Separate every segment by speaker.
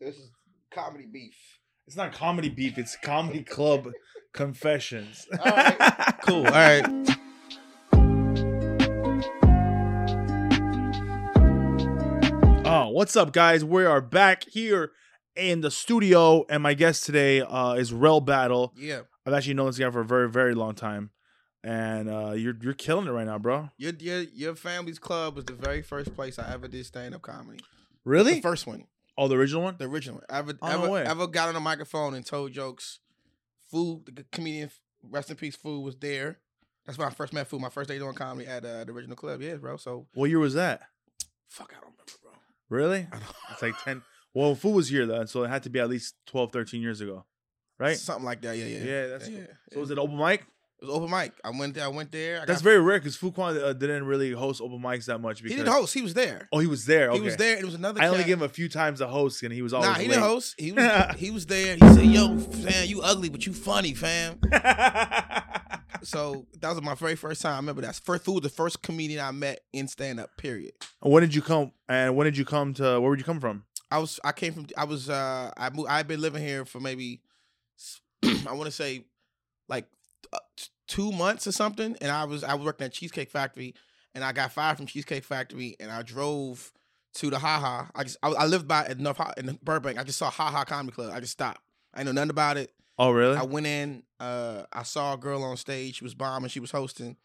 Speaker 1: This is comedy beef.
Speaker 2: It's not comedy beef. It's comedy club confessions.
Speaker 1: All right.
Speaker 3: Cool. All right.
Speaker 2: Oh, what's up, guys? We are back here in the studio, and my guest today uh, is Rel Battle.
Speaker 3: Yeah.
Speaker 2: I've actually known this guy for a very, very long time, and uh, you're you're killing it right now, bro.
Speaker 3: Your, your your family's club was the very first place I ever did stand up comedy. The
Speaker 2: Really?
Speaker 3: first one,
Speaker 2: Oh, the original one.
Speaker 3: the original one. I ever
Speaker 2: Oh, no
Speaker 3: ever,
Speaker 2: way.
Speaker 3: ever got on a microphone and told jokes. Food, the comedian, rest in peace, Food was there. That's when I first met Food. My first day doing comedy at uh, the original club. Yeah, bro. So
Speaker 2: What year was that?
Speaker 3: fuck, I don't remember, bro.
Speaker 2: Really?
Speaker 3: I don't-
Speaker 2: It's like ten. Well, Fu was here then, so it had to be at least 12, 13 years ago, right?
Speaker 3: Something like that. Yeah, yeah.
Speaker 2: Yeah, that's
Speaker 3: yeah.
Speaker 2: So was it open mic?
Speaker 3: It was open mic. I went there. I went there. I
Speaker 2: That's
Speaker 3: got,
Speaker 2: very rare because Fuquan uh, didn't really host open mics that much.
Speaker 3: He
Speaker 2: Because,
Speaker 3: didn't host. He was there.
Speaker 2: Oh, he was there.
Speaker 3: He was
Speaker 2: okay.
Speaker 3: there. and It was another.
Speaker 2: I only
Speaker 3: cat.
Speaker 2: gave him a few times to host, and he was always
Speaker 3: Nah, he didn't
Speaker 2: late.
Speaker 3: host. He was he was there. He said, "Yo, fam, you ugly, but you funny, fam." So that was my very first time. I remember that. First, who was the first comedian I met in stand up? Period.
Speaker 2: when did you come? And when did you come to? Where would you come from?
Speaker 3: I was I came from I was uh I moved I've been living here for maybe s- I want to say like uh, t- two months or something, and I was I was working at Cheesecake Factory, and I got fired from Cheesecake Factory, and I drove to the haha. I just I, I lived by in North Ha- in Burbank. I just saw haha comedy club. I just stopped. I know nothing about it.
Speaker 2: Oh, really?
Speaker 3: I went in. Uh, I saw a girl on stage. She was bombing. She was hosting,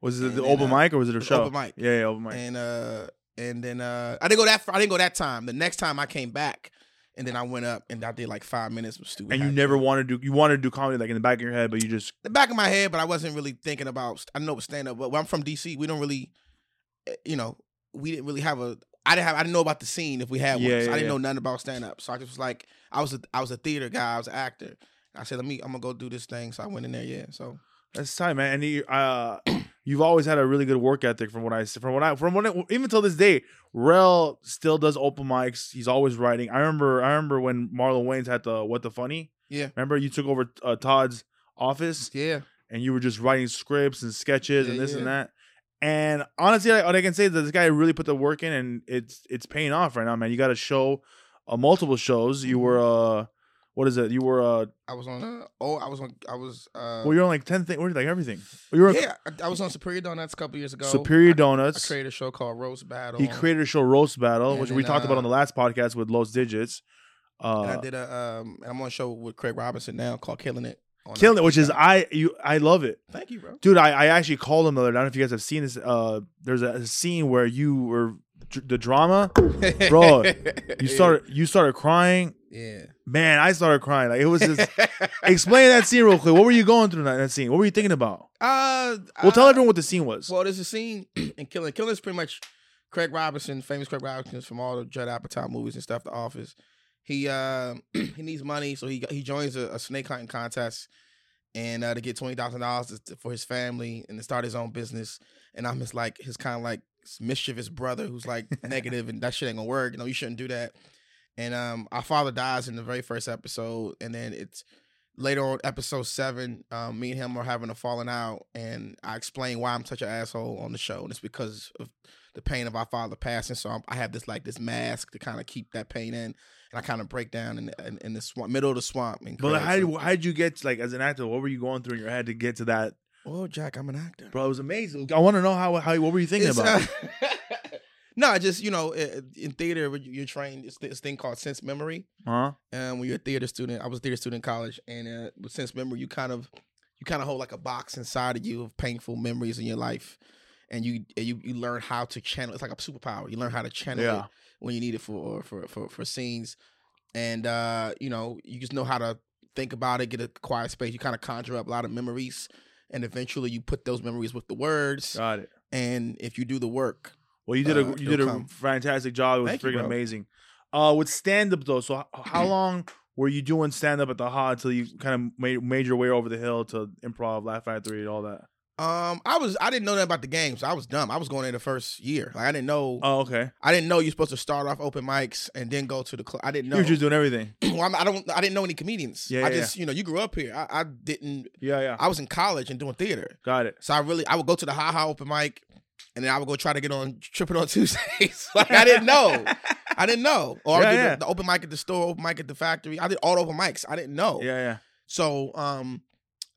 Speaker 2: was it
Speaker 3: and
Speaker 2: the
Speaker 3: then,
Speaker 2: open
Speaker 3: uh,
Speaker 2: mic or was it a
Speaker 3: was
Speaker 2: show?
Speaker 3: open mic.
Speaker 2: Yeah, yeah, open mic.
Speaker 3: and uh, and then uh, I didn't go that. Far, I didn't go that time. The next time I came back, and then I went up and I did like five minutes with stupid.
Speaker 2: And you
Speaker 3: Happy.
Speaker 2: never wanted to. You wanted to do comedy like in the back of your head, but you just
Speaker 3: the back of my head, but I wasn't really thinking about. I know stand up, but when I'm from DC. We don't really, eh, you know, we didn't really have a. I didn't have. I didn't know about the scene if we had one.
Speaker 2: Yeah,
Speaker 3: so
Speaker 2: yeah,
Speaker 3: I didn't
Speaker 2: yeah.
Speaker 3: know nothing about stand up. So I just was like, I was a, I was a theater guy. I was an actor. I said, let me. I'm gonna go do this thing. So I went in there. Yeah. So
Speaker 2: that's time, man. And you, uh, you've always had a really good work ethic, from what I from what I from what I, even till this day. Rel still does open mics. He's always writing. I remember. I remember when Marlon Wayans had the what the funny.
Speaker 3: Yeah.
Speaker 2: Remember you took over uh, Todd's office.
Speaker 3: yeah.
Speaker 2: and you were just writing scripts and sketches and
Speaker 3: Yeah,
Speaker 2: this
Speaker 3: yeah.
Speaker 2: and that. And honestly, like, all I can say is that this guy really put the work in, and it's it's paying off right now, man. You got a show, uh, multiple shows.
Speaker 3: Mm-hmm.
Speaker 2: You were uh, what is it? You were uh,
Speaker 3: I was on. Uh, oh, I was on. I was. Uh,
Speaker 2: well, you're on like ten things. Like everything. You were
Speaker 3: yeah, I, I was on Superior Donuts a couple years ago.
Speaker 2: Superior
Speaker 3: I, I
Speaker 2: Donuts.
Speaker 3: created a show called Roast Battle.
Speaker 2: he created a show, Roast Battle,
Speaker 3: And
Speaker 2: which we
Speaker 3: then,
Speaker 2: talked about
Speaker 3: uh,
Speaker 2: on the last podcast with Los Digits.
Speaker 3: And I
Speaker 2: Uh,
Speaker 3: did a. Um, and I'm on a show with Craig Robinson now called Killing It. on
Speaker 2: killing it, which is
Speaker 3: Netflix.
Speaker 2: I you I love it.
Speaker 3: Thank you, bro.
Speaker 2: dude I, I actually called him the other day i don't know if you guys have seen this uh there's a, a scene where you were dr- the drama Bro, you started you started crying
Speaker 3: Yeah.
Speaker 2: man i started crying like it was just explain that scene real quick what were you going through in that, that scene what were you thinking about
Speaker 3: uh,
Speaker 2: well tell
Speaker 3: uh,
Speaker 2: everyone what the scene was
Speaker 3: Well, there's a scene in Killing. Killing is pretty much Craig Robinson, famous Craig Robinson from all the Judd Apatow movies and stuff. The Office. He uh, he needs money, so he he joins a, a snake hunting contest, and uh, to get twenty thousand dollars for his family and to start his own business. And I'm his like his kind of like mischievous brother who's like negative and that shit ain't gonna work. You know, you shouldn't do that. And um, our father dies in the very first episode, and then it's later on episode seven. Um, me and him are having a falling out, and I explain why I'm such an asshole on the show, and it's because of the pain of our father passing. So I'm, I have this like this mask to kind of keep that pain in, and I kind of break down in the, in, in the swamp, middle of the swamp. And
Speaker 2: but like, how
Speaker 3: crash.
Speaker 2: did how did you get like as an actor what were you going through in your head to get to that
Speaker 3: oh Jack, I'm an actor.
Speaker 2: bro it was amazing i want to know how, how what were you thinking
Speaker 3: It's,
Speaker 2: about
Speaker 3: uh, no, I just you know, i- in theater when you- you're trained. It's this thing called sense memory.
Speaker 2: huh
Speaker 3: um, when you're a theater student. I was a theater student in college, and uh, with sense memory, you kind of you kind of hold like a box inside of you of painful memories in your life, and you and you you learn how to channel. It's like a superpower. You learn how to channel
Speaker 2: Yeah.
Speaker 3: it when you need it for uh, for for for scenes, and uh, you know you just know how to think about it. Get a quiet space. You kind of conjure up a lot of memories, and eventually you put those memories with the words.
Speaker 2: got it
Speaker 3: and if you do the work,
Speaker 2: well you did a
Speaker 3: Uh,
Speaker 2: you did a
Speaker 3: it'll come.
Speaker 2: fantastic job it was
Speaker 3: Thank you,
Speaker 2: freaking
Speaker 3: bro.
Speaker 2: amazing uh with stand-up though so how, how long were you doing stand-up at the ha until you kind of made, made your way over the hill to improv laugh factory and all that
Speaker 3: um, I was I didn't know that about the game, so I was dumb. I was going in the first year, like I didn't know.
Speaker 2: oh okay
Speaker 3: I didn't know you're supposed to start off open mics and then go to the club. I didn't
Speaker 2: you
Speaker 3: know.
Speaker 2: were just doing everything
Speaker 3: well, I'm- I don't. I didn't know any comedians.
Speaker 2: Yeah,
Speaker 3: I
Speaker 2: yeah,
Speaker 3: just, you know, you grew up here. I, I didn't.
Speaker 2: yeah yeah
Speaker 3: I was in college and doing theater,
Speaker 2: got it
Speaker 3: so I really, I would go to the Ha Ha open mic, and then I would go try to get on Tripping on Tuesdays. like I didn't know. I didn't know. Or I
Speaker 2: Yeah,
Speaker 3: did
Speaker 2: yeah.
Speaker 3: The, the open mic at the store, open mic at the factory. I did all the open mics. I didn't know.
Speaker 2: Yeah, yeah.
Speaker 3: So um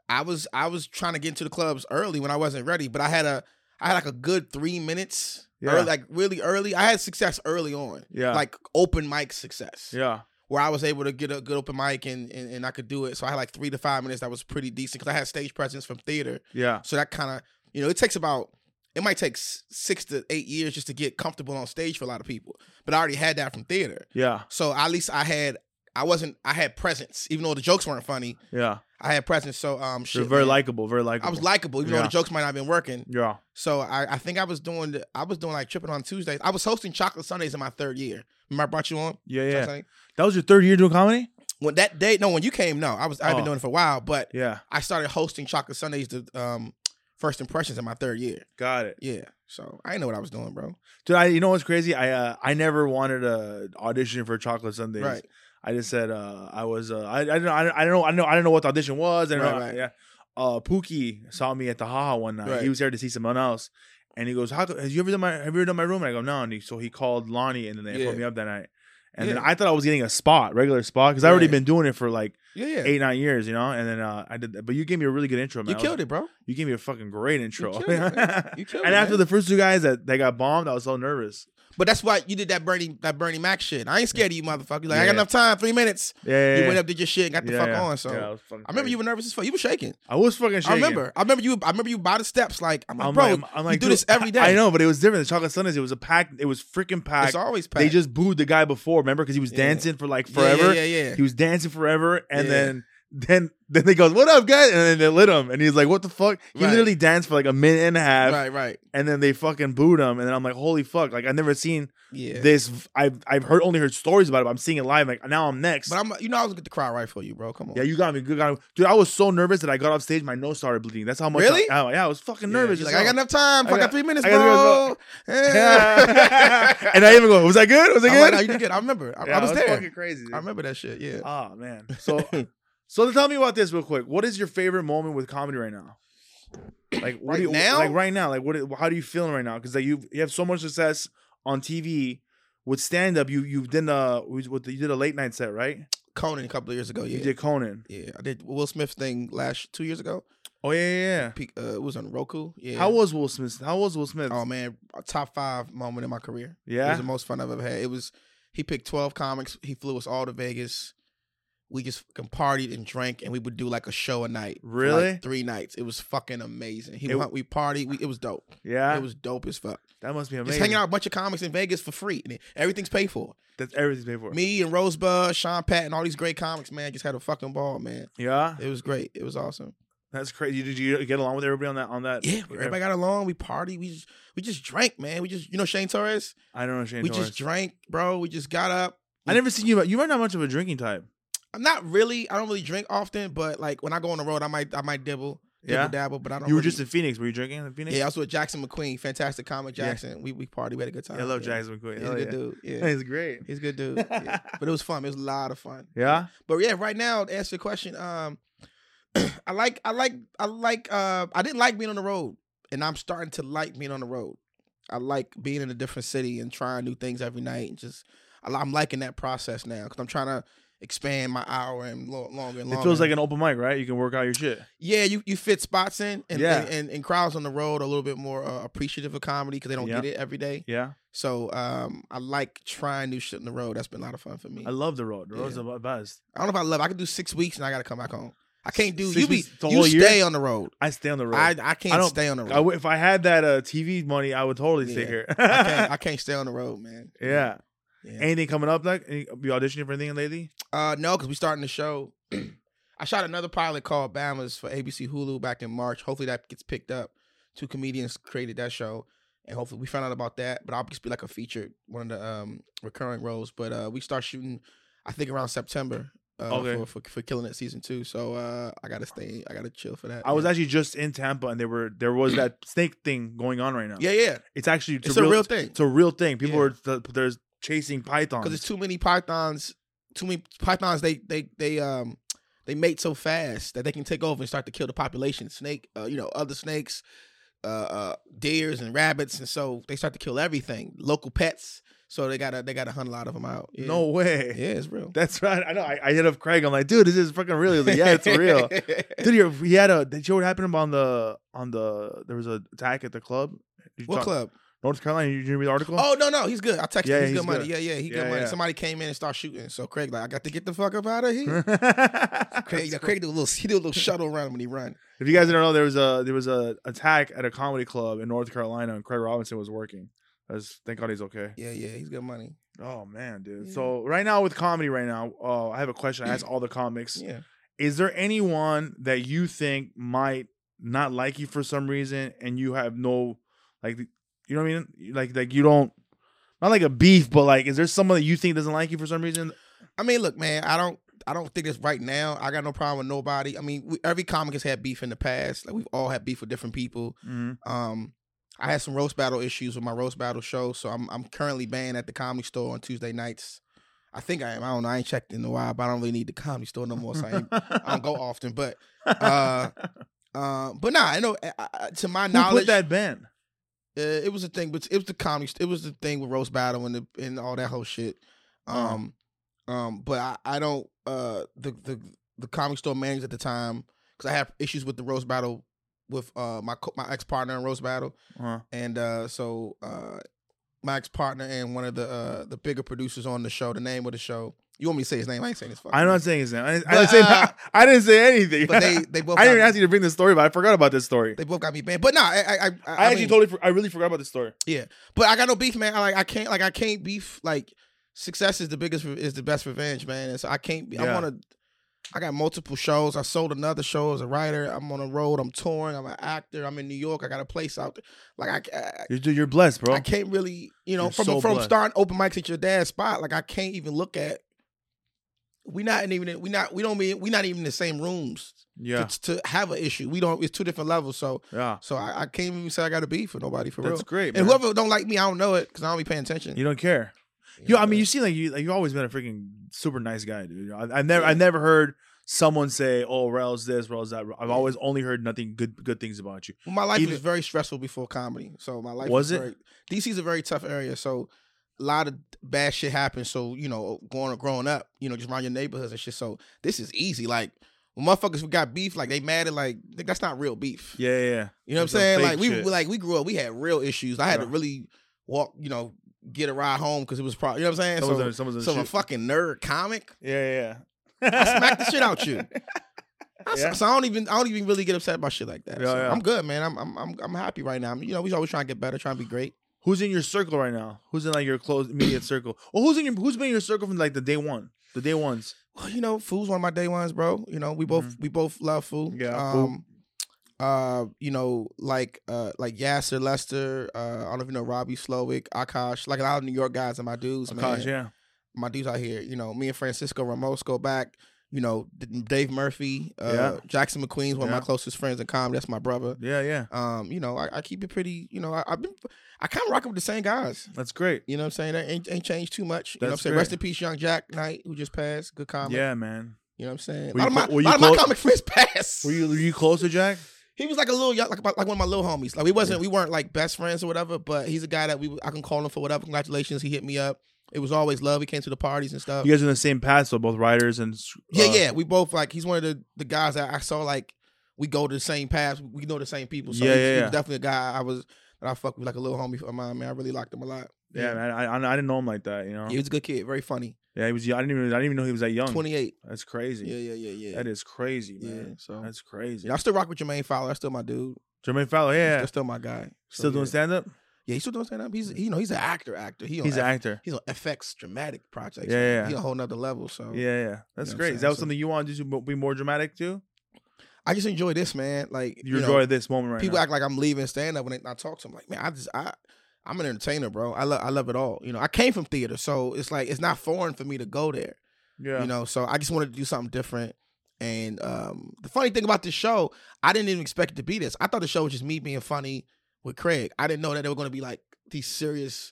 Speaker 3: I was I was trying to get into the clubs early when I wasn't ready, but I had a I had like a good three minutes.
Speaker 2: Yeah.
Speaker 3: early- like really early. I had success early on.
Speaker 2: Yeah.
Speaker 3: Like open mic success.
Speaker 2: yeah.
Speaker 3: Where I was able to get a good open mic and, and and I could do it. So I had like three to five minutes that was pretty decent because I had stage presence from theater.
Speaker 2: Yeah.
Speaker 3: So that kind of, you know, it takes about, it might take s- six to eight years just to get comfortable on stage for a lot of people. But I already had that from theater.
Speaker 2: Yeah.
Speaker 3: So at least I had, I wasn't, I had presence. Even though the jokes weren't funny,
Speaker 2: Yeah.
Speaker 3: I had presence. So, um,
Speaker 2: You're
Speaker 3: shit.
Speaker 2: very
Speaker 3: man.
Speaker 2: likable. Very likable.
Speaker 3: I was likable, even though
Speaker 2: Yeah.
Speaker 3: the jokes might not have been working.
Speaker 2: Yeah.
Speaker 3: So I, I think I was doing, the- I was doing like tripping on Tuesdays. I was hosting Chocolate Sundays in my third year. Remember I brought you on?
Speaker 2: Yeah.
Speaker 3: Chocolate
Speaker 2: Yeah.
Speaker 3: Sunday?
Speaker 2: That was your third year doing comedy.
Speaker 3: When that day, no, when you came, no, I was, I've
Speaker 2: Oh.
Speaker 3: been doing it for a while, but
Speaker 2: Yeah.
Speaker 3: I started hosting Chocolate Sundays, the um, first impressions in my third year.
Speaker 2: Got it,
Speaker 3: Yeah. So I didn't know what I was doing, bro.
Speaker 2: dude. I, you know what's crazy? I uh, I never wanted to audition for Chocolate Sundays.
Speaker 3: Right.
Speaker 2: I just said uh, I was. Uh, I I don't know. I don't know. I know. I don't know what the audition was. I don't
Speaker 3: Right,
Speaker 2: know.
Speaker 3: right.
Speaker 2: Yeah. Uh, Pookie saw me at the Haha one night.
Speaker 3: Right.
Speaker 2: He was there to see someone else, and he goes, "How co- have you ever done my Have you ever done my room?" And I go, "No." And he, so he called Lonnie, and then they
Speaker 3: Yeah.
Speaker 2: put me up that night. And
Speaker 3: Yeah.
Speaker 2: then I thought I was getting a spot, regular spot, because I already
Speaker 3: Right.
Speaker 2: been doing it for like
Speaker 3: Yeah, yeah.
Speaker 2: eight, nine years, you know. And then uh, I did, that. but you gave me a really good intro, man.
Speaker 3: you killed it, bro.
Speaker 2: You gave me a fucking great intro.
Speaker 3: killed it, man. You killed
Speaker 2: and
Speaker 3: it,
Speaker 2: after
Speaker 3: man.
Speaker 2: the first two guys that they got bombed, I was so nervous.
Speaker 3: But that's why you did that Bernie that Bernie Mac shit. I ain't scared of you, motherfucker. Like I
Speaker 2: Yeah.
Speaker 3: got enough time, three minutes.
Speaker 2: Yeah, yeah,
Speaker 3: You
Speaker 2: yeah.
Speaker 3: went up, did your shit, and got the
Speaker 2: Yeah,
Speaker 3: fuck
Speaker 2: yeah.
Speaker 3: on. So
Speaker 2: Yeah, I, was fucking
Speaker 3: I remember
Speaker 2: crazy.
Speaker 3: you were nervous as fuck. You were shaking.
Speaker 2: I was fucking. Shaking.
Speaker 3: I remember. I remember you. I remember you by the steps. Like I'm like,
Speaker 2: I'm
Speaker 3: bro,
Speaker 2: like, I'm- I'm like,
Speaker 3: you do
Speaker 2: dude,
Speaker 3: this every day.
Speaker 2: I know, but it was different. The Chocolate Sundays, it was a pack. It was freaking packed.
Speaker 3: It's always packed.
Speaker 2: They just booed the guy before, remember? Because he was
Speaker 3: Yeah.
Speaker 2: dancing for like
Speaker 3: Yeah,
Speaker 2: forever.
Speaker 3: Yeah, yeah, yeah.
Speaker 2: He was dancing forever, and
Speaker 3: Yeah.
Speaker 2: then then then they goes, "What up, guys?" And then they lit him, and he's like, "What the fuck?" He
Speaker 3: Right.
Speaker 2: literally danced for like a minute and a half,
Speaker 3: right, right.
Speaker 2: and then they fucking booed him. And then I'm like, "Holy fuck!" Like I never seen
Speaker 3: Yeah.
Speaker 2: this. v- I've I've heard only heard stories about it. But I'm seeing it live. Like now I'm next.
Speaker 3: but I'm, you know, I was gonna get the crowd right for you, bro. Come on.
Speaker 2: yeah, you got me. Good got me. Dude, I was so nervous that I got off stage, my nose started bleeding. That's how much.
Speaker 3: Really?
Speaker 2: I, I- yeah, I was fucking nervous.
Speaker 3: You're
Speaker 2: as
Speaker 3: like I
Speaker 2: hell.
Speaker 3: got enough time.
Speaker 2: I
Speaker 3: Fuck, I got,
Speaker 2: got-
Speaker 3: three minutes,
Speaker 2: I got
Speaker 3: bro.
Speaker 2: and I even go, was that good? Was that
Speaker 3: I'm like,
Speaker 2: good?
Speaker 3: no, you did good. I remember. I,
Speaker 2: Yeah,
Speaker 3: I was, there.
Speaker 2: Fucking crazy.
Speaker 3: I remember that shit. Yeah.
Speaker 2: Oh man. So, so tell me about this real quick. What is your favorite moment with comedy right now? Like what
Speaker 3: Right
Speaker 2: do you,
Speaker 3: now?
Speaker 2: Like right now? Like what? How do you feeling right now? Because like you you have so much success on TV with stand up. You you've done uh with the, you did a late night set right?
Speaker 3: Conan a couple of years ago. Yeah.
Speaker 2: You did Conan.
Speaker 3: Yeah, I did Will Smith thing last two years ago.
Speaker 2: Oh yeah yeah.
Speaker 3: Peak, uh, it was on Roku. Yeah.
Speaker 2: yeah. How was Will Smith? How was Will Smith?
Speaker 3: Oh man, a top five moment in my career. It was
Speaker 2: yeah.
Speaker 3: the most fun I've ever had. It was. He picked twelve comics. He flew us all to Vegas. We just fucking partied and drank, and we would do like a show a night. for, like,
Speaker 2: Really?
Speaker 3: three nights. It was fucking amazing. He
Speaker 2: It-
Speaker 3: went, we partied. We, it was dope.
Speaker 2: yeah.
Speaker 3: It was dope as fuck.
Speaker 2: that must be amazing.
Speaker 3: Just hanging out with a bunch of comics in Vegas for free. And everything's paid for.
Speaker 2: That's everything's paid for.
Speaker 3: Me and Rosebud, Sean Patton, all these great comics, man, just had a fucking ball, man.
Speaker 2: yeah.
Speaker 3: It was great. It was awesome.
Speaker 2: That's crazy. Did you get along with everybody on that? On that?
Speaker 3: Yeah, everybody got along. We party. We just we just drank, man. We just you know Shane Torres.
Speaker 2: I don't know. Shane
Speaker 3: we
Speaker 2: Torres.
Speaker 3: just drank, bro. We just got up.
Speaker 2: I never seen you. You are not much of a drinking type.
Speaker 3: I'm not really. I don't really drink often, but like when I go on the road, I might I might dibble, dibble
Speaker 2: Yeah?
Speaker 3: dabble. But I don't.
Speaker 2: You were
Speaker 3: really-
Speaker 2: just in Phoenix. Were you drinking in Phoenix?
Speaker 3: yeah. I was with Jackson McQueen, fantastic comic
Speaker 2: Yeah.
Speaker 3: Jackson. We we party. We had a good time.
Speaker 2: I love
Speaker 3: yeah.
Speaker 2: Jackson McQueen.
Speaker 3: He's a
Speaker 2: Hell
Speaker 3: good
Speaker 2: yeah.
Speaker 3: dude. Yeah,
Speaker 2: He's great.
Speaker 3: he's a good dude. yeah. But it was fun. It was a lot of fun.
Speaker 2: Yeah.
Speaker 3: But yeah, right now to answer your question, um, I like I like I like uh I didn't like being on the road, and I'm starting to like being on the road. I like being in a different city and trying new things every night, and just I, li- I'm liking that process now because I'm trying to expand my hour and lo- longer and longer.
Speaker 2: It feels like an open mic, right? You can work out your shit.
Speaker 3: yeah, you, you fit spots in, and,
Speaker 2: Yeah.
Speaker 3: and, and and crowds on the road are a little bit more uh, appreciative of comedy because they don't
Speaker 2: Yeah.
Speaker 3: get it every day.
Speaker 2: Yeah.
Speaker 3: So um, I like trying new shit on the road. That's been a lot of fun for me.
Speaker 2: I love the road. The road's
Speaker 3: Yeah.
Speaker 2: the best.
Speaker 3: I don't know if I love. It. I could do six weeks and I gotta come back home. I can't do.
Speaker 2: Six
Speaker 3: you be
Speaker 2: weeks the
Speaker 3: you
Speaker 2: whole year?
Speaker 3: stay on the road.
Speaker 2: I stay on the road.
Speaker 3: I
Speaker 2: I,
Speaker 3: I can't
Speaker 2: don't-
Speaker 3: stay on the road. I,
Speaker 2: w- if I had that uh, TV money, I would totally stay
Speaker 3: Yeah.
Speaker 2: here.
Speaker 3: can't, I can't stay on the road, man.
Speaker 2: yeah.
Speaker 3: Yeah.
Speaker 2: Anything coming up? Like, any, you auditioning for anything lately?
Speaker 3: Uh, no, because we starting the show. I shot another pilot called Bama's for ABC Hulu back in March. Hopefully that gets picked up. Two comedians created that show, and hopefully we found out about that. But I'll just be like a featured one of the um recurring roles. But uh, we start shooting, I think around September. Uh,
Speaker 2: Okay.
Speaker 3: for, for for killing it season two. So uh, I gotta stay. I gotta chill for that.
Speaker 2: I was
Speaker 3: yeah.
Speaker 2: actually just in Tampa, and there were there was that snake thing going on right now.
Speaker 3: yeah, yeah.
Speaker 2: It's actually it's,
Speaker 3: It's a real thing.
Speaker 2: It's a real thing. People
Speaker 3: Yeah.
Speaker 2: are th- there's chasing pythons.
Speaker 3: because it's too many pythons. Too many pythons. They they they um they mate so fast that they can take over and start to kill the population. Snake, uh, you know, other snakes, uh, uh, deers and rabbits, and so they start to kill everything. Local pets. So they gotta they gotta hunt a lot of them out. Yeah.
Speaker 2: No way.
Speaker 3: yeah, it's real.
Speaker 2: That's right. I know. I, I hit up Craig. I'm like, dude, this is fucking real. He's like, yeah, it's real. Dude, you're- he had a. Did you know what happened on the on the? There was an attack at the club. Did you
Speaker 3: what
Speaker 2: talk-
Speaker 3: club?
Speaker 2: North Carolina. You didn't read the article?
Speaker 3: Oh no, no, he's good. I texted
Speaker 2: Yeah,
Speaker 3: him. He's,
Speaker 2: he's
Speaker 3: good money.
Speaker 2: good.
Speaker 3: Yeah, yeah, he
Speaker 2: Yeah,
Speaker 3: good money.
Speaker 2: yeah.
Speaker 3: Somebody came in and started shooting. So Craig like, I got to get the fuck up out of here. Craig,
Speaker 2: Craig,
Speaker 3: yeah, Craig did a little he did a little shuttle run when he run.
Speaker 2: If you guys don't know, there was a there was a attack at a comedy club in North Carolina, and Craig Robinson was working. That's, thank God he's okay.
Speaker 3: Yeah, yeah, he's good money.
Speaker 2: Oh man, dude.
Speaker 3: Yeah.
Speaker 2: So right now with comedy, right now, uh, I have a question. I ask all the comics:
Speaker 3: Yeah.
Speaker 2: Is there anyone that you think might not like you for some reason, and you have no, like, you know what I mean? Like, like you don't, not like a beef, but like, is there someone that you think doesn't like you for some reason?
Speaker 3: I mean, look, man, I don't I don't think it's right now. I got no problem with nobody. I mean, we, every comic has had beef in the past. Like we've all had beef with different people.
Speaker 2: Mhm.
Speaker 3: Um, I had some roast battle issues with my roast battle show, so I'm I'm currently banned at the comedy store on Tuesday nights. I think I am. I don't know. I ain't checked in a while, but I don't really need the comedy store no more, so I, ain't, I don't go often. But uh, um, but nah, I know. I, I, to my
Speaker 2: Who
Speaker 3: knowledge,
Speaker 2: put that ban?
Speaker 3: uh, it was a thing, but it was the comedy. It was the thing with roast battle and the, and all that whole shit.
Speaker 2: Mm.
Speaker 3: Um, um, but I, I don't. Uh, the the the comic store manager at the time, because I had issues with the roast battle with uh my co- my ex partner in roast battle,
Speaker 2: Uh,
Speaker 3: and uh, so uh, my ex partner and one of the uh the bigger producers on the show. The name of the show. You want me to say his name? I ain't saying his fucking
Speaker 2: I'm
Speaker 3: name.
Speaker 2: not saying his name. I, didn't- I
Speaker 3: But,
Speaker 2: didn't say,
Speaker 3: uh,
Speaker 2: I didn't say anything.
Speaker 3: But they they both. got
Speaker 2: I didn't even
Speaker 3: me-
Speaker 2: ask you to bring this story, but I forgot about this story.
Speaker 3: They both got me banned. But nah, I I I, I,
Speaker 2: I,
Speaker 3: I
Speaker 2: actually
Speaker 3: mean-
Speaker 2: totally, for- I really forgot about this story.
Speaker 3: But I got no beef, man. I like I can't like I can't beef. Like success is the biggest is the best revenge, man. And so I can't. be I
Speaker 2: Yeah.
Speaker 3: want to. I got multiple shows. I sold another show as a writer. I'm on the road. I'm touring. I'm an actor. I'm in New York. I got a place out there. Like I, I,
Speaker 2: You're, dude, you're blessed, bro.
Speaker 3: I can't really, you know,
Speaker 2: You're
Speaker 3: from
Speaker 2: so
Speaker 3: from
Speaker 2: blessed.
Speaker 3: starting open mics at your dad's spot. Like I can't even look at. We not even in- we not we don't mean we not even in the same rooms
Speaker 2: Yeah,
Speaker 3: to, to have an issue. We don't. It's two different levels. So
Speaker 2: yeah.
Speaker 3: so I, I can't even say I got a beef with nobody for real.
Speaker 2: That's great.
Speaker 3: And
Speaker 2: man.
Speaker 3: whoever don't like me, I don't know it because I don't be paying attention.
Speaker 2: you don't care. You, I mean, you seem like you, like you've always been a freaking super nice guy, dude. I, I've never,
Speaker 3: Yeah.
Speaker 2: I've never heard someone say, "Oh, Rel's this, Rel's that." I've
Speaker 3: Yeah.
Speaker 2: always only heard nothing good, good things about you.
Speaker 3: Well, my life
Speaker 2: even-
Speaker 3: was very stressful before comedy, so my life
Speaker 2: Was it?
Speaker 3: Very, DC's a very tough area, so a lot of bad shit happens. So you know, going growing up, you know, just around your neighborhoods and shit. So this is easy. Like when motherfuckers got beef, like they mad at like th- that's not real beef.
Speaker 2: Yeah, yeah, yeah.
Speaker 3: You know what I'm
Speaker 2: It's a
Speaker 3: saying?
Speaker 2: fake
Speaker 3: Like we
Speaker 2: shit.
Speaker 3: like we grew up, we had real issues. I had to
Speaker 2: Yeah.
Speaker 3: really walk, you know, get a ride home because it was probably you know what I'm saying. so
Speaker 2: Someone's gonna, someone's
Speaker 3: so
Speaker 2: gonna
Speaker 3: a
Speaker 2: shoot.
Speaker 3: fucking nerd comic.
Speaker 2: yeah, yeah,
Speaker 3: I
Speaker 2: yeah.
Speaker 3: smack the shit out you. I-
Speaker 2: Yeah.
Speaker 3: So I don't even I don't even really get upset about shit like that.
Speaker 2: Yeah,
Speaker 3: So
Speaker 2: yeah.
Speaker 3: I'm good, man. I'm I'm I'm I'm happy right now. I'm- you know, we always trying to get better, trying to be great.
Speaker 2: Who's in your circle right now? Who's in like your close immediate circle? Or who's in your who's been in your circle from like the day one? The day ones.
Speaker 3: Well, you know, food's one of my day ones, bro. You know, we both we both love food.
Speaker 2: Mm-hmm. Yeah,
Speaker 3: Um uh, you know, like uh like Yasser Lester, uh I don't know if you know Robbie Slowick, Akash, like a lot of New York guys and my dudes, man.
Speaker 2: Akash, yeah.
Speaker 3: my dudes out here. You know, me and Francisco Ramos go back. You know, D- Dave Murphy, uh,
Speaker 2: Yeah.
Speaker 3: Jackson McQueen's one of
Speaker 2: Yeah.
Speaker 3: my closest friends in comedy. That's my brother.
Speaker 2: Yeah, yeah.
Speaker 3: Um, you know, I, I keep it pretty. You know, I, I've been, I kind of rocking with the same guys.
Speaker 2: That's great.
Speaker 3: You know what I'm saying? That ain't, ain't changed too much. You know what I'm
Speaker 2: That's
Speaker 3: saying? Rest
Speaker 2: great.
Speaker 3: in peace, Young Jack Knight, who just passed. Good comic.
Speaker 2: Yeah, man.
Speaker 3: You know what I'm saying? A lot
Speaker 2: Were you
Speaker 3: of my,
Speaker 2: clo- were you
Speaker 3: lot of my
Speaker 2: clo-
Speaker 3: comic friends passed.
Speaker 2: Were you were you close to Jack?
Speaker 3: He was like a little young, like about- like one of my little homies. Like we wasn't we weren't like best friends or whatever, but he's a guy that we I can call him for whatever. Congratulations, he hit me up. It was always love. He came to the parties and stuff.
Speaker 2: You guys are in the same path, so both writers and uh,
Speaker 3: Yeah, yeah. We both like he's one of the, the guys that I saw like we go to the same paths. We know the same people. So
Speaker 2: Yeah,
Speaker 3: he's,
Speaker 2: yeah,
Speaker 3: he's
Speaker 2: yeah.
Speaker 3: definitely a guy I was that I fuck with like a little homie of mine, man. I really liked him a lot.
Speaker 2: Yeah, man. I, I I didn't know him like that, you know.
Speaker 3: Yeah, he was a good kid, very funny.
Speaker 2: Yeah, he was. I didn't even. I didn't even know he was that young.
Speaker 3: Twenty eight.
Speaker 2: That's crazy.
Speaker 3: Yeah, yeah, yeah, yeah.
Speaker 2: That is crazy,
Speaker 3: yeah.
Speaker 2: man.
Speaker 3: So
Speaker 2: That's crazy.
Speaker 3: you know, I still rock with Jermaine Fowler. That's still my dude.
Speaker 2: Jermaine Fowler,
Speaker 3: Yeah.
Speaker 2: yeah,
Speaker 3: That's still my guy. So,
Speaker 2: still doing
Speaker 3: yeah.
Speaker 2: stand up.
Speaker 3: Yeah, he's still doing stand up. He's you know, he's an actor, actor. He on
Speaker 2: He's
Speaker 3: F-
Speaker 2: an actor.
Speaker 3: he's on FX dramatic projects.
Speaker 2: Yeah,
Speaker 3: man.
Speaker 2: yeah.
Speaker 3: He a whole nother level. So
Speaker 2: Yeah, yeah, that's
Speaker 3: what I'm
Speaker 2: great. Is
Speaker 3: saying?
Speaker 2: that was
Speaker 3: So-
Speaker 2: something you want to do? to Be more dramatic too.
Speaker 3: I just enjoy this, man. Like
Speaker 2: You,
Speaker 3: know,
Speaker 2: enjoy this moment right
Speaker 3: people
Speaker 2: now.
Speaker 3: act like I'm leaving stand up when they, I talk to them. Like, man, I just I I'm an entertainer, bro. I love I love it all. You know, I came from theater, so it's like it's not foreign for me to go there.
Speaker 2: yeah,
Speaker 3: You know, so I just wanted to do something different. And um, the funny thing about this show, I didn't even expect it to be this. I thought the show was just me being funny with Craig. I didn't know that there were going to be like these serious,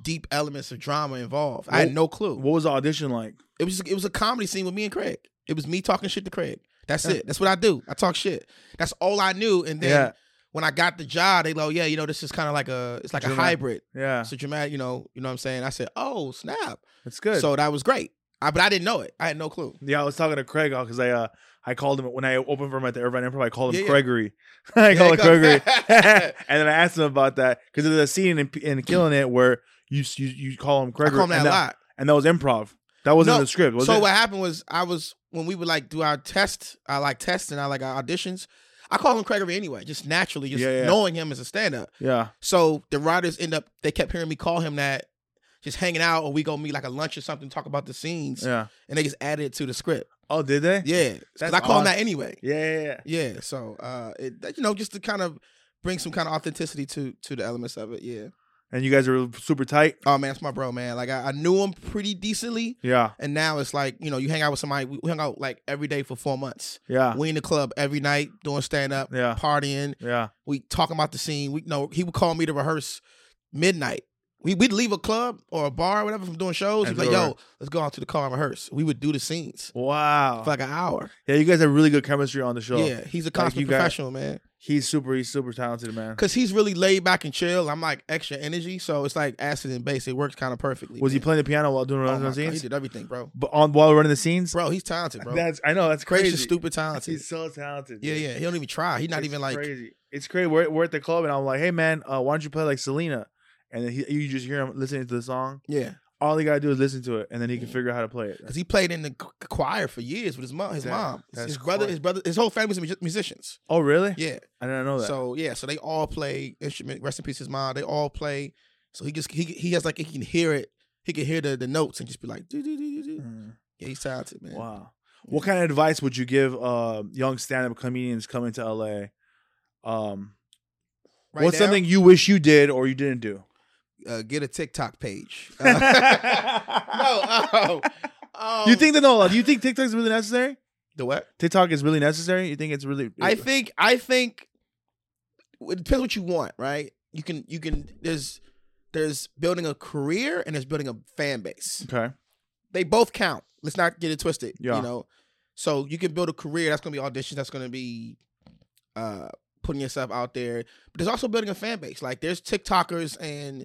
Speaker 3: deep elements of drama involved. I had
Speaker 2: Well-
Speaker 3: no clue.
Speaker 2: what was the audition like?
Speaker 3: It was it was a comedy scene with me and Craig. It was me talking shit to Craig. That's it. That's what I do. I talk shit. That's all I knew. And then
Speaker 2: Yeah.
Speaker 3: when I got the job, they go, yeah, you know, this is kind of like a it's like a
Speaker 2: Dramatic.
Speaker 3: hybrid.
Speaker 2: Yeah,
Speaker 3: It's a dramatic, you know, you know what I'm saying. I said, oh snap!
Speaker 2: it's good.
Speaker 3: So that was great. I, but I didn't know it. I had no clue.
Speaker 2: Yeah, I was talking to Craig because I uh I called him when I opened for him at the Irvine Improv. I called him
Speaker 3: Yeah, yeah.
Speaker 2: Gregory. I
Speaker 3: Yeah,
Speaker 2: called him
Speaker 3: because-
Speaker 2: Gregory, and then I asked him about that because there's a scene in, in Killing It where you s- you, you call him
Speaker 3: I
Speaker 2: Gregory,
Speaker 3: call him that
Speaker 2: and,
Speaker 3: a
Speaker 2: that,
Speaker 3: lot.
Speaker 2: and that was improv. That wasn't
Speaker 3: No,
Speaker 2: in the script. Was
Speaker 3: so
Speaker 2: it?
Speaker 3: what happened was I was when we would like do our test, I like tests and I like our auditions. I call him Gregory anyway, just naturally, just
Speaker 2: Yeah, yeah.
Speaker 3: knowing him as a stand up.
Speaker 2: yeah,
Speaker 3: So the writers end up they kept hearing me call him that, just hanging out, or we go meet like a lunch or something, talk about the scenes,
Speaker 2: yeah.
Speaker 3: and they just added it to the script.
Speaker 2: Oh, did they?
Speaker 3: Yeah, because
Speaker 2: That's
Speaker 3: I call him
Speaker 2: awesome.
Speaker 3: that anyway.
Speaker 2: yeah, yeah. yeah.
Speaker 3: Yeah, so uh, it, that- you know, just to kind of bring some kind of authenticity to to the elements of it. Yeah.
Speaker 2: And you guys are super tight.
Speaker 3: Oh man, that's my bro, man. Like I, I knew him pretty decently,
Speaker 2: Yeah,
Speaker 3: and now it's like you know, you hang out with somebody. We we hung out like every day for four months.
Speaker 2: yeah,
Speaker 3: We in the club every night doing stand up,
Speaker 2: yeah,
Speaker 3: partying.
Speaker 2: yeah.
Speaker 3: We talking about the scene. We know he would call me to rehearse midnight. We we'd leave a club or a bar or whatever from doing shows. He'd
Speaker 2: And
Speaker 3: be like,
Speaker 2: go
Speaker 3: "Yo, let's go out to the car and rehearse." We would do the scenes
Speaker 2: Wow.
Speaker 3: for like an hour.
Speaker 2: Yeah, you guys have really good chemistry on the show.
Speaker 3: yeah, he's a
Speaker 2: you
Speaker 3: constant
Speaker 2: got-
Speaker 3: professional, man.
Speaker 2: He's super. He's super talented, man.
Speaker 3: Cause he's really laid back and chill. I'm like extra energy, so it's like acid and base. It works kind of perfectly.
Speaker 2: Was he
Speaker 3: man.
Speaker 2: playing the piano while doing
Speaker 3: Oh
Speaker 2: running
Speaker 3: my
Speaker 2: the
Speaker 3: God, he
Speaker 2: scenes?
Speaker 3: did everything, bro.
Speaker 2: But on while running the scenes.
Speaker 3: Bro, he's talented, bro.
Speaker 2: That's I know that's
Speaker 3: Crazy,
Speaker 2: crazy.
Speaker 3: stupid, talented.
Speaker 2: He's so talented.
Speaker 3: Yeah,
Speaker 2: dude.
Speaker 3: yeah. He don't even try. He's not
Speaker 2: It's
Speaker 3: even like.
Speaker 2: crazy. It's crazy. We're, we're at the club and I'm like, hey man, uh, why don't you play like Selena? And then he, you just hear him listening to the song.
Speaker 3: Yeah,
Speaker 2: All he gotta do is listen to it, and then he can figure out how to play it.
Speaker 3: because Mm. he played in the ch- choir for years with his mom. His
Speaker 2: Damn,
Speaker 3: mom,
Speaker 2: that's
Speaker 3: his brother,
Speaker 2: crazy.
Speaker 3: his brother, his whole family's mu- musicians.
Speaker 2: oh really?
Speaker 3: Yeah.
Speaker 2: I didn't know that.
Speaker 3: So yeah, so they all play instrument. Rest in peace, his mom. They all play. So he just he he has like he can hear it. He can hear the the notes and just be like, do do do do do.
Speaker 2: Mm,
Speaker 3: Yeah, he's talented, man.
Speaker 2: wow. What kind of advice would you give uh, young stand-up comedians coming to LA? Um,
Speaker 3: Right
Speaker 2: what's
Speaker 3: now,
Speaker 2: something you wish you did or you didn't do?
Speaker 3: Uh, get a TikTok page. Uh, no. Oh, oh.
Speaker 2: you think that no? Do you think TikTok is really necessary?
Speaker 3: the what?
Speaker 2: TikTok is really necessary? You think it's really?
Speaker 3: I think I think it depends what you want, right? You can you can there's there's building a career and there's building a fan base.
Speaker 2: okay.
Speaker 3: They both count. Let's not get it twisted.
Speaker 2: Yeah.
Speaker 3: You know. So you can build a career, that's gonna be auditions, that's gonna be uh putting yourself out there. But there's also building a fan base. Like there's TikTokers and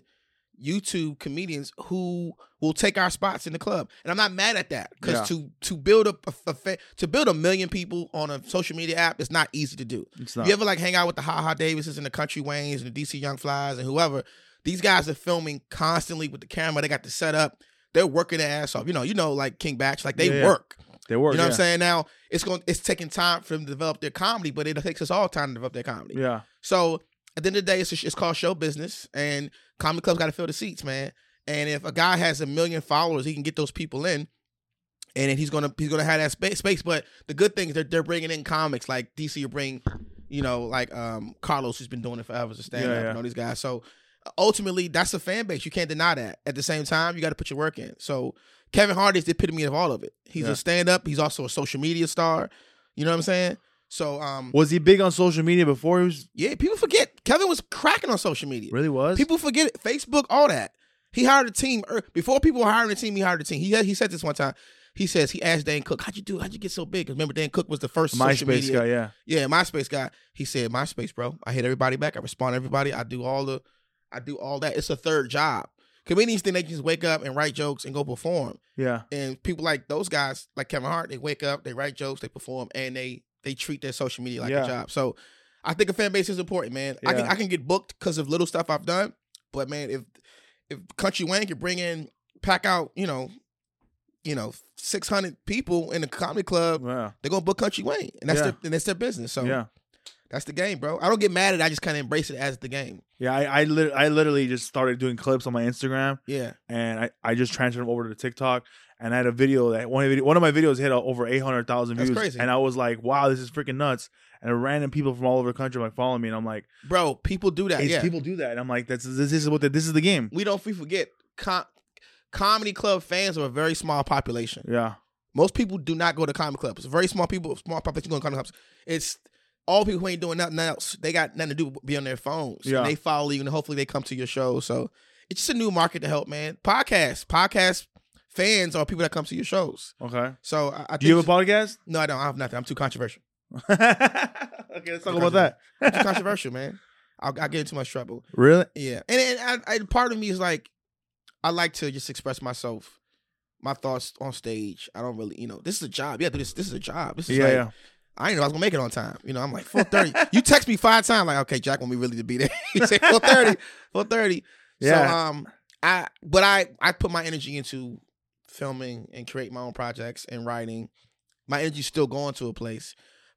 Speaker 3: YouTube comedians who will take our spots in the club, and I'm not mad at that because
Speaker 2: Yeah.
Speaker 3: to to build up a, a fa- to build a million people on a social media app is not easy to do.
Speaker 2: It's not.
Speaker 3: You ever like hang out with the Ha Ha Davises and the Country Waynes and the DC Young Flies and whoever? These guys are filming constantly with the camera. They got the setup. They're working their ass off. You know, you know, like King Batch, like they
Speaker 2: Yeah, yeah.
Speaker 3: work.
Speaker 2: they work.
Speaker 3: You know what I'm
Speaker 2: yeah.
Speaker 3: saying? Now it's going, it's taking time for them to develop their comedy, but it takes us all time to develop their comedy.
Speaker 2: Yeah.
Speaker 3: So at the end of the day, it's, a, it's called show business, and comedy clubs got to fill the seats, man. And if a guy has a million followers, he can get those people in, and then he's gonna he's gonna have that space. space. But the good thing is they're they're bringing in comics like DC. You bring, you know, like um Carlos, who's been doing it forever as a stand up,
Speaker 2: Yeah, yeah.
Speaker 3: and all these guys. So ultimately, that's a fan base. You can't deny that. At the same time, you got to put your work in. So Kevin Hart is the epitome of all of it. He's
Speaker 2: Yeah.
Speaker 3: a stand up. He's also a social media star. You know what I'm saying? So um,
Speaker 2: Was he big on social media before he was
Speaker 3: yeah, people forget Kevin was cracking on social media.
Speaker 2: really was?
Speaker 3: People forget it. Facebook, all that. He hired a team er, before people were hiring a team. He hired a team. He he said this one time. He says he asked Dan Cook, "How'd you do? it? How'd you get so big?" 'Cause remember, Dan Cook was the first social
Speaker 2: MySpace
Speaker 3: media.
Speaker 2: guy, yeah.
Speaker 3: Yeah, MySpace guy. He said, "MySpace, bro. I hit everybody back. I respond to everybody. I do all the, I do all that. It's a third job. Comedians think they can just wake up and write jokes and go perform.
Speaker 2: Yeah.
Speaker 3: And people like those guys, like Kevin Hart, they wake up, they write jokes, they perform, and they they treat their social media like
Speaker 2: Yeah.
Speaker 3: a job. So I think a fan base is important, man. I can
Speaker 2: Yeah.
Speaker 3: I can get booked because of little stuff I've done, but man, if if Country Wayne can bring in pack out, you know, you know, six hundred people in a comedy club,
Speaker 2: Yeah.
Speaker 3: they're gonna book Country Wayne, and that's
Speaker 2: Yeah.
Speaker 3: their, and that's their business. So
Speaker 2: yeah.
Speaker 3: that's the game, bro. I don't get mad at it. I just kind of embrace it as the game.
Speaker 2: Yeah, I I, lit- I literally just started doing clips on my Instagram
Speaker 3: Yeah,
Speaker 2: and I, I just transferred them over to TikTok and I had a video that one video, one of my videos hit uh, over 800,000
Speaker 3: That's
Speaker 2: views
Speaker 3: crazy.
Speaker 2: and I was like, "Wow, this is freaking nuts." And random people from all over the country like follow me and I'm like,
Speaker 3: bro. People do that.
Speaker 2: "These
Speaker 3: Yeah,
Speaker 2: people do that." And I'm like, "That's this is what the, this is the game."
Speaker 3: we don't we forget. Com- comedy club fans are a very small population.
Speaker 2: Yeah.
Speaker 3: Most people do not go to comic clubs. Very small people, small population go to comic clubs. It's all people who ain't doing nothing else. They got nothing to do but be on their phones.
Speaker 2: Yeah.
Speaker 3: And they follow you and hopefully they come to your show. So it's just a new market to help, man. Podcasts. Podcast fans are people that come to your shows.
Speaker 2: Okay.
Speaker 3: So I, I
Speaker 2: Do you have
Speaker 3: think-
Speaker 2: a podcast?
Speaker 3: No, I don't. I have nothing. I'm too controversial.
Speaker 2: okay, let's talk about that.
Speaker 3: It's controversial, man. I'll, I'll get into much trouble.
Speaker 2: Really?
Speaker 3: Yeah, and and I, I, part of me is like, I like to just express myself, my thoughts on stage. I don't really, you know, this is a job. Yeah, but this this is a job. This is
Speaker 2: Yeah,
Speaker 3: like,
Speaker 2: yeah.
Speaker 3: I didn't know I was gonna make it on time. You know, I'm like four thirty. you text me five times, like, okay, Jack want me really to be there. you say four thirty, four thirty. So
Speaker 2: Yeah.
Speaker 3: um, I but I I put my energy into filming and create my own projects and writing. My energy's still going to a place,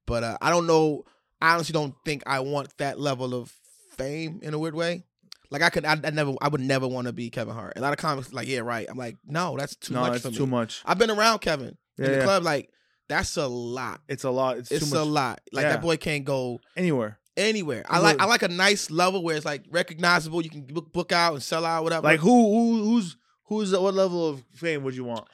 Speaker 3: but uh, I don't know. I honestly don't think I want that level of fame in a weird way. Like I could, I, I never, I would never want to be Kevin Hart. A lot of comics like, yeah, right. I'm like, no, that's too
Speaker 2: no,
Speaker 3: much
Speaker 2: it's
Speaker 3: for
Speaker 2: too
Speaker 3: me.
Speaker 2: much.
Speaker 3: I've been around Kevin
Speaker 2: Yeah,
Speaker 3: in the
Speaker 2: yeah.
Speaker 3: club, like that's a lot
Speaker 2: It's a lot. It's,
Speaker 3: it's
Speaker 2: too
Speaker 3: a
Speaker 2: much.
Speaker 3: lot. Like
Speaker 2: Yeah.
Speaker 3: that boy can't go
Speaker 2: Anywhere.
Speaker 3: anywhere. I
Speaker 2: Look.
Speaker 3: like I like a nice level where it's like recognizable. You can book, book out and sell out, whatever.
Speaker 2: Like who? Who? Who's? Who's? What level of fame would you want?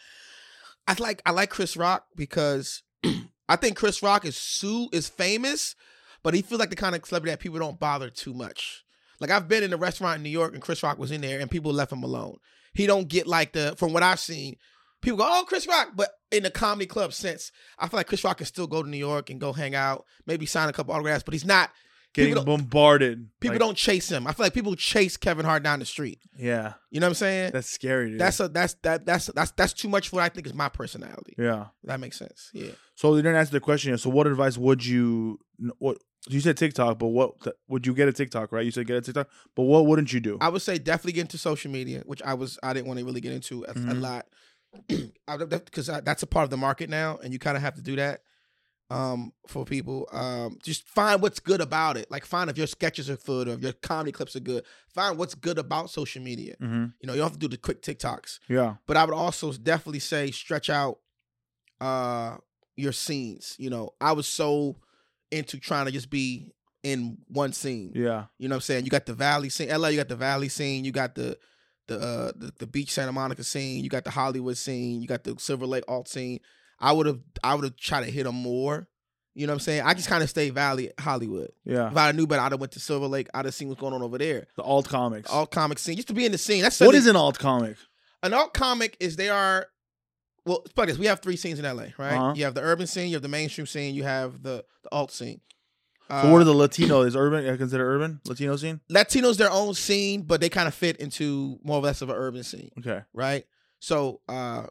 Speaker 3: I like I like Chris Rock because I think Chris Rock is Sue is famous, but he feels like the kind of celebrity that people don't bother too much. Like I've been in a restaurant in New York and Chris Rock was in there and people left him alone. He don't get like the from what I've seen, people go, Oh, Chris Rock, but in the comedy club sense, I feel like Chris Rock can still go to New York and go hang out, maybe sign a couple autographs, but he's not
Speaker 2: Getting
Speaker 3: People
Speaker 2: bombarded.
Speaker 3: People
Speaker 2: Like,
Speaker 3: don't chase him. I feel like people chase Kevin Hart down the street.
Speaker 2: Yeah,
Speaker 3: You know what I'm saying?
Speaker 2: that's scary. Dude.
Speaker 3: That's a that's that that's that's that's too much for what I think is my personality.
Speaker 2: yeah.
Speaker 3: That makes sense. Yeah.
Speaker 2: So they didn't answer the question. yet. So what advice would you? What you said TikTok, but what would you get a TikTok? Right? You said get a TikTok, but what wouldn't you do?
Speaker 3: I would say definitely get into social media, which I was I didn't want to really get into a, a
Speaker 2: Mhm.
Speaker 3: lot, because that's a part of the market now, and you kind of have to do that um, for people. Um, just find what's good about it. Like find if your sketches are good or if your comedy clips are good. Find what's good about social media.
Speaker 2: hmm
Speaker 3: You know, you don't have to do the quick TikToks.
Speaker 2: Yeah,
Speaker 3: but I would also definitely say stretch out uh your scenes. You know, I was so into trying to just be in one scene.
Speaker 2: yeah,
Speaker 3: You know what I'm saying? You got the valley scene, LA, you got the valley scene, you got the the uh the, the beach Santa Monica scene, you got the Hollywood scene, you got the Silver Lake alt scene. I would have I would have tried to hit them more. You know what I'm saying? I just kind of stayed Valley Hollywood.
Speaker 2: yeah.
Speaker 3: If I knew better, I'd have went to Silver Lake. I'd have seen what's going on over there.
Speaker 2: The alt comics.
Speaker 3: All comic scene, just to be in the scene. That's
Speaker 2: what
Speaker 3: something-
Speaker 2: is an alt comic?
Speaker 3: an alt comic is they are well it's like this we have three scenes in la right
Speaker 2: Uh-huh.
Speaker 3: you have the urban scene you have the mainstream scene you have the, the alt scene uh,
Speaker 2: So what are the Latino? Is urban uh, considered urban Latino scene?
Speaker 3: latinos their own scene but they kind of fit into more or less of an urban scene
Speaker 2: Okay.
Speaker 3: right so uh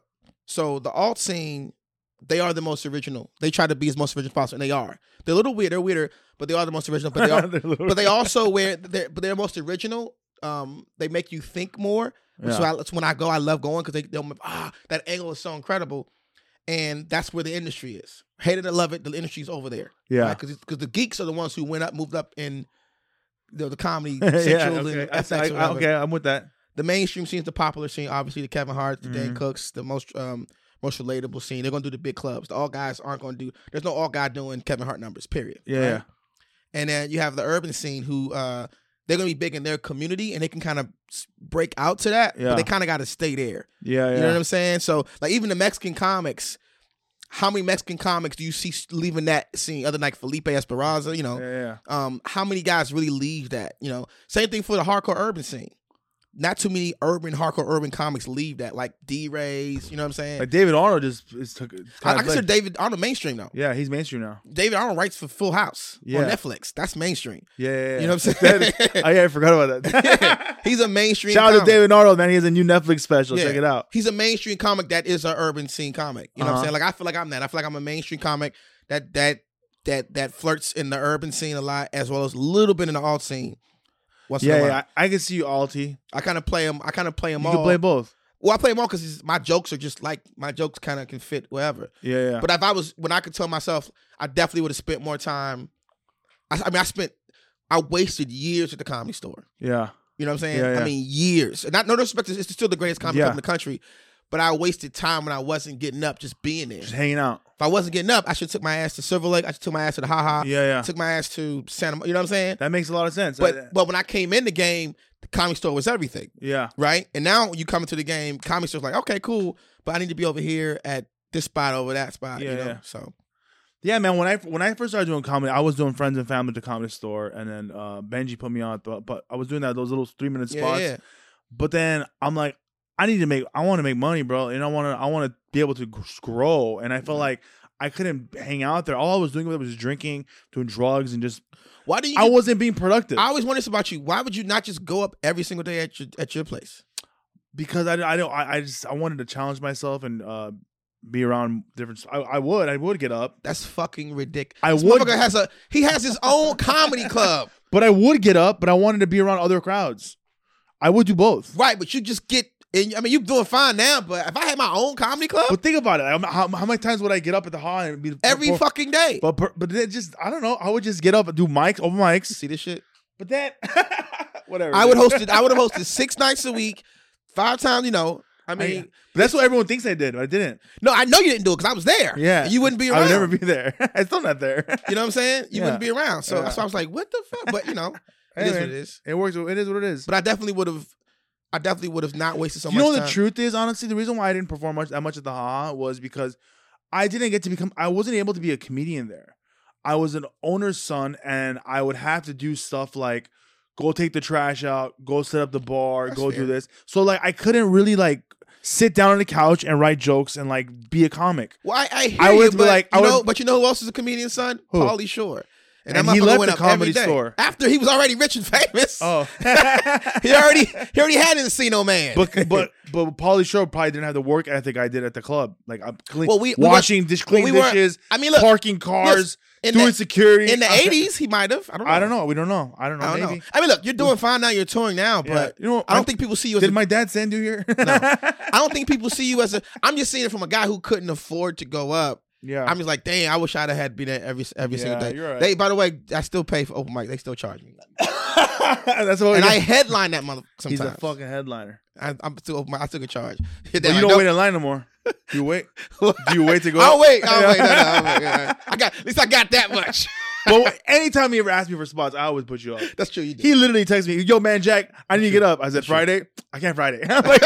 Speaker 3: so the alt scene they are the most original they try to be as most original as possible and they are they're a little weird they're weirder but they are the most original but they are but they also wear they're but they're most original um they make you think more So I, that's when I go. I love going because they they'll ah that angle is so incredible, and that's where the industry is. Hate it or love it, the industry's over there.
Speaker 2: yeah.
Speaker 3: because the geeks are the ones who went up, moved up in the, the comedy
Speaker 2: yeah.
Speaker 3: central
Speaker 2: Okay.
Speaker 3: and
Speaker 2: I-
Speaker 3: FX. or
Speaker 2: I-
Speaker 3: whatever.
Speaker 2: okay, I'm with that.
Speaker 3: The mainstream scene's the popular scene. Obviously, the Kevin Hart, the Dan
Speaker 2: Mhm.
Speaker 3: Cooks, the most um most relatable scene. They're gonna do the big clubs. The all guys aren't gonna do. There's no all guy doing Kevin Hart numbers. Period.
Speaker 2: Yeah, yeah.
Speaker 3: And then you have the urban scene who uh they're gonna be big in their community and they can kind of break out to that.
Speaker 2: Yeah.
Speaker 3: But they kind of got to stay there.
Speaker 2: Yeah, yeah.
Speaker 3: You know what I'm saying? So like even the Mexican comics, how many Mexican comics do you see leaving that scene other than like Felipe Esperanza, you know?
Speaker 2: yeah, yeah.
Speaker 3: Um, how many guys really leave that? You know, same thing for the hardcore urban scene. Not too many urban hardcore urban comics leave that, like D Rays, you know what I'm saying?
Speaker 2: Like David Arnold just is took.
Speaker 3: I, I
Speaker 2: kinda
Speaker 3: consider
Speaker 2: left.
Speaker 3: David Arnold mainstream though.
Speaker 2: yeah, he's mainstream now.
Speaker 3: David Arnold writes for Full House
Speaker 2: Yeah.
Speaker 3: on Netflix. That's mainstream.
Speaker 2: Yeah, yeah, yeah.
Speaker 3: You know what I'm saying?
Speaker 2: That- oh yeah, I forgot about that.
Speaker 3: He's a mainstream.
Speaker 2: Shout out to
Speaker 3: comic.
Speaker 2: David Arnold, man. He has a new Netflix special.
Speaker 3: Yeah.
Speaker 2: Check it out.
Speaker 3: he's a mainstream comic that is an urban scene comic. You know what I'm
Speaker 2: Uh-huh.
Speaker 3: saying? Like I feel like I'm that. I feel like I'm a mainstream comic that that that that flirts in the urban scene a lot, as well as a little bit in the alt scene. Once in
Speaker 2: Yeah,
Speaker 3: a while.
Speaker 2: yeah. I, I can see you, Alti.
Speaker 3: I, kind of play him. I kind of play him
Speaker 2: You
Speaker 3: all.
Speaker 2: can play both.
Speaker 3: well, I play him all because my jokes are just like my jokes kind of can fit wherever.
Speaker 2: Yeah, yeah.
Speaker 3: But if I was when I could tell myself, I definitely would have spent more time. I, I mean, I spent, I wasted years at the comedy store.
Speaker 2: yeah.
Speaker 3: You know what I'm saying?
Speaker 2: Yeah,
Speaker 3: I
Speaker 2: yeah.
Speaker 3: mean, years. And Not no disrespect. It's it's still the greatest comedy club
Speaker 2: Yeah.
Speaker 3: in the country. But I wasted time when I wasn't getting up, just being there.
Speaker 2: Just
Speaker 3: If
Speaker 2: hanging out.
Speaker 3: I wasn't getting up, I should have took my ass to Silver Lake. I should took my ass to the Ha Ha.
Speaker 2: Yeah, yeah.
Speaker 3: Took my ass to Santa. Mo- You know what I'm saying?
Speaker 2: That makes a lot of sense.
Speaker 3: But
Speaker 2: I-
Speaker 3: but when I came in the game, the comedy store was everything,
Speaker 2: yeah,
Speaker 3: right? And now you come into the game, comedy store's like, okay, cool, but I need to be over here at this spot over that spot.
Speaker 2: Yeah,
Speaker 3: you know?
Speaker 2: yeah.
Speaker 3: So
Speaker 2: yeah, man. When I when I first started doing comedy, I was doing friends and family at the comedy store, and then uh, Benji put me on. But but I was doing that those little three minute
Speaker 3: yeah,
Speaker 2: spots.
Speaker 3: yeah.
Speaker 2: But then I'm like, I need to make, I want to make money, bro, and I want to, I want to be able to g- grow. And I felt
Speaker 3: Mhm.
Speaker 2: like I couldn't hang out there. All I was doing was drinking, doing drugs, and just
Speaker 3: Why do you?
Speaker 2: I wasn't being productive
Speaker 3: I always wonder this about you. Why would you not just go up every single day at your at your place?
Speaker 2: because I, I don't I, I just I wanted to challenge myself and uh, be around different. I, I would I would get up.
Speaker 3: That's fucking ridiculous.
Speaker 2: I
Speaker 3: This
Speaker 2: would,
Speaker 3: motherfucker has a he has his own comedy club,
Speaker 2: but I would get up. But I wanted to be around other crowds. I would do both.
Speaker 3: right? But you just get. And, I mean, you're doing fine now, but if I had my own comedy club
Speaker 2: But think about it. I'm- How, how many times would I get up at the hall and be
Speaker 3: every
Speaker 2: But
Speaker 3: fucking day,
Speaker 2: but, but, then just I don't know. I would just get up and do mics, open mics.
Speaker 3: see this shit.
Speaker 2: But that whatever.
Speaker 3: I would
Speaker 2: dude.
Speaker 3: host it. I would have hosted six nights a week, five times. You know, I mean,
Speaker 2: But that's what everyone thinks I did. But I didn't.
Speaker 3: no, I know you didn't do it because I was there.
Speaker 2: Yeah.
Speaker 3: and you wouldn't be
Speaker 2: I
Speaker 3: around.
Speaker 2: would never be there. I'm still not there.
Speaker 3: you know what I'm saying? You wouldn't be around. So
Speaker 2: Yeah.
Speaker 3: that's why I was like, what the fuck? But you know, it
Speaker 2: Hey,
Speaker 3: is what
Speaker 2: man.
Speaker 3: it is.
Speaker 2: It works. It is what it is.
Speaker 3: But I definitely would have. I definitely would have not wasted so
Speaker 2: you
Speaker 3: much
Speaker 2: know what
Speaker 3: time.
Speaker 2: the truth is honestly the reason why i didn't perform much that much at the haha was because i didn't get to become i wasn't able to be a comedian there i was an owner's son and i would have to do stuff like go take the trash out go set up the bar
Speaker 3: That's
Speaker 2: go
Speaker 3: fair.
Speaker 2: do this so like i couldn't really like sit down on the couch and write jokes and like be a comic
Speaker 3: Well, I, I hear
Speaker 2: I
Speaker 3: you,
Speaker 2: would be
Speaker 3: but
Speaker 2: like-
Speaker 3: you
Speaker 2: I
Speaker 3: know,
Speaker 2: would-
Speaker 3: but you know who else is a comedian, son?
Speaker 2: Who?
Speaker 3: Paulie Shore.
Speaker 2: And
Speaker 3: that
Speaker 2: he
Speaker 3: motherfucker
Speaker 2: left
Speaker 3: went
Speaker 2: the
Speaker 3: up every
Speaker 2: Comedy
Speaker 3: day.
Speaker 2: Store.
Speaker 3: after he was already rich and famous.
Speaker 2: oh
Speaker 3: He already he already had an Encino man.
Speaker 2: but but but Paulie Shore probably didn't have the work ethic I did at the club. Like I'm clean,
Speaker 3: Well, we- we
Speaker 2: washing dish, cleaning
Speaker 3: we weren't-
Speaker 2: dishes,
Speaker 3: I mean, look
Speaker 2: parking cars,
Speaker 3: in
Speaker 2: doing
Speaker 3: the,
Speaker 2: security
Speaker 3: in the
Speaker 2: I-
Speaker 3: '80s, he might have. I don't know.
Speaker 2: I don't know. We don't know. I don't know.
Speaker 3: I don't
Speaker 2: Maybe.
Speaker 3: know. I mean, look, you're doing fine now. You're touring now,
Speaker 2: Yeah.
Speaker 3: but
Speaker 2: you know,
Speaker 3: I don't think people see you as
Speaker 2: Did
Speaker 3: a
Speaker 2: my dad send you here?
Speaker 3: No. I don't think people see you as a. I'm just seeing it from a guy who couldn't afford to go up.
Speaker 2: yeah.
Speaker 3: I'm just like, dang, I wish I'd have had been there every every single
Speaker 2: Yeah,
Speaker 3: day.
Speaker 2: you're right.
Speaker 3: They, by the way, I still pay for open mic. They still charge me,
Speaker 2: That's what
Speaker 3: and
Speaker 2: we-
Speaker 3: I headline that mother.
Speaker 2: He's
Speaker 3: Sometimes
Speaker 2: a fucking headliner.
Speaker 3: I, I'm still open mic. I still get charged. They're
Speaker 2: But you
Speaker 3: like,
Speaker 2: don't
Speaker 3: "Nope."
Speaker 2: wait in line no more. Do you wait? Do you wait to go?
Speaker 3: I'll
Speaker 2: up?
Speaker 3: wait. I'll wait. No, no, I'll wait. Yeah. I got at least I got that much.
Speaker 2: But anytime he ever asked me for spots, I always put you up.
Speaker 3: That's true. You did.
Speaker 2: He literally texted me, "Yo, man, Jack, I need to get up." I said, "Friday, I can't Friday." I'm like,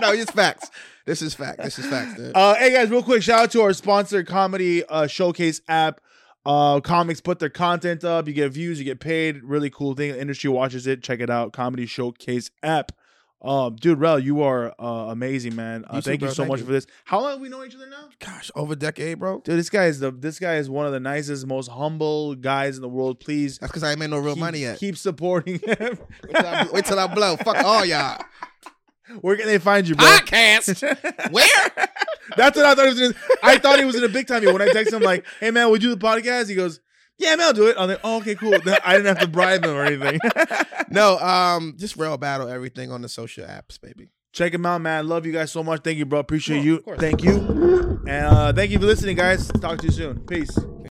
Speaker 3: no, it's facts. This is fact. This is fact. dude.
Speaker 2: Uh, hey guys, real quick, shout out to our sponsor, Comedy uh, Showcase app. Uh, comics put their content up. You get views, you get paid. Really cool thing. The industry watches it. Check it out. Comedy Showcase app. Um, dude, Rel, you are uh, amazing, man. Uh,
Speaker 3: You too,
Speaker 2: thank
Speaker 3: bro.
Speaker 2: you so
Speaker 3: Thank
Speaker 2: much
Speaker 3: you.
Speaker 2: for this. How long have we known each other now?
Speaker 3: Gosh, over a decade, bro.
Speaker 2: Dude, this guy is the this guy is one of the nicest, most humble guys in the world. Please
Speaker 3: That's because I ain't made no real
Speaker 2: keep,
Speaker 3: money yet.
Speaker 2: keep supporting him.
Speaker 3: Wait till I bl- wait till I blow. Fuck all y'all.
Speaker 2: Where can they find you, bro?
Speaker 3: Podcast. Where?
Speaker 2: That's what I thought he was. Gonna, I thought he was in a big time. When I texted him like, "Hey man, would you do the podcast?" He goes, "Yeah, man, I'll do it." I'm like, "Oh, okay, cool." Then I didn't have to bribe him or anything.
Speaker 3: No, um, just rail battle everything on the social apps, baby.
Speaker 2: Check him out, man. Love you guys so much. Thank you, bro. Appreciate
Speaker 3: Sure,
Speaker 2: you.
Speaker 3: of course.
Speaker 2: Thank you, and uh, thank you for listening, guys. Talk to you soon. Peace.